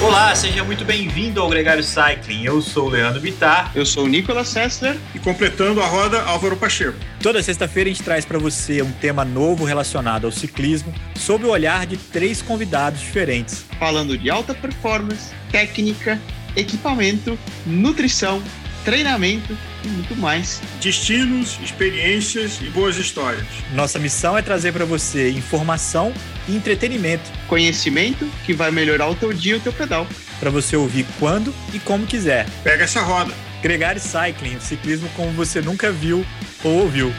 Olá, seja muito bem-vindo ao Gregário Cycling. Eu sou o Leandro Bittar. Eu sou o Nicolas Sessler. E completando a roda, Álvaro Pacheco. Toda sexta-feira a gente traz para você um tema novo relacionado ao ciclismo, sob o olhar de três convidados diferentes. Falando de alta performance, técnica, equipamento, nutrição, treinamento e muito mais. Destinos, experiências e boas histórias. Nossa missão é trazer para você informação e entretenimento Conhecimento que vai melhorar o teu dia e o teu pedal. para você ouvir quando e como quiser. Pega essa roda. Gregário Cycling, ciclismo como você nunca viu ou ouviu.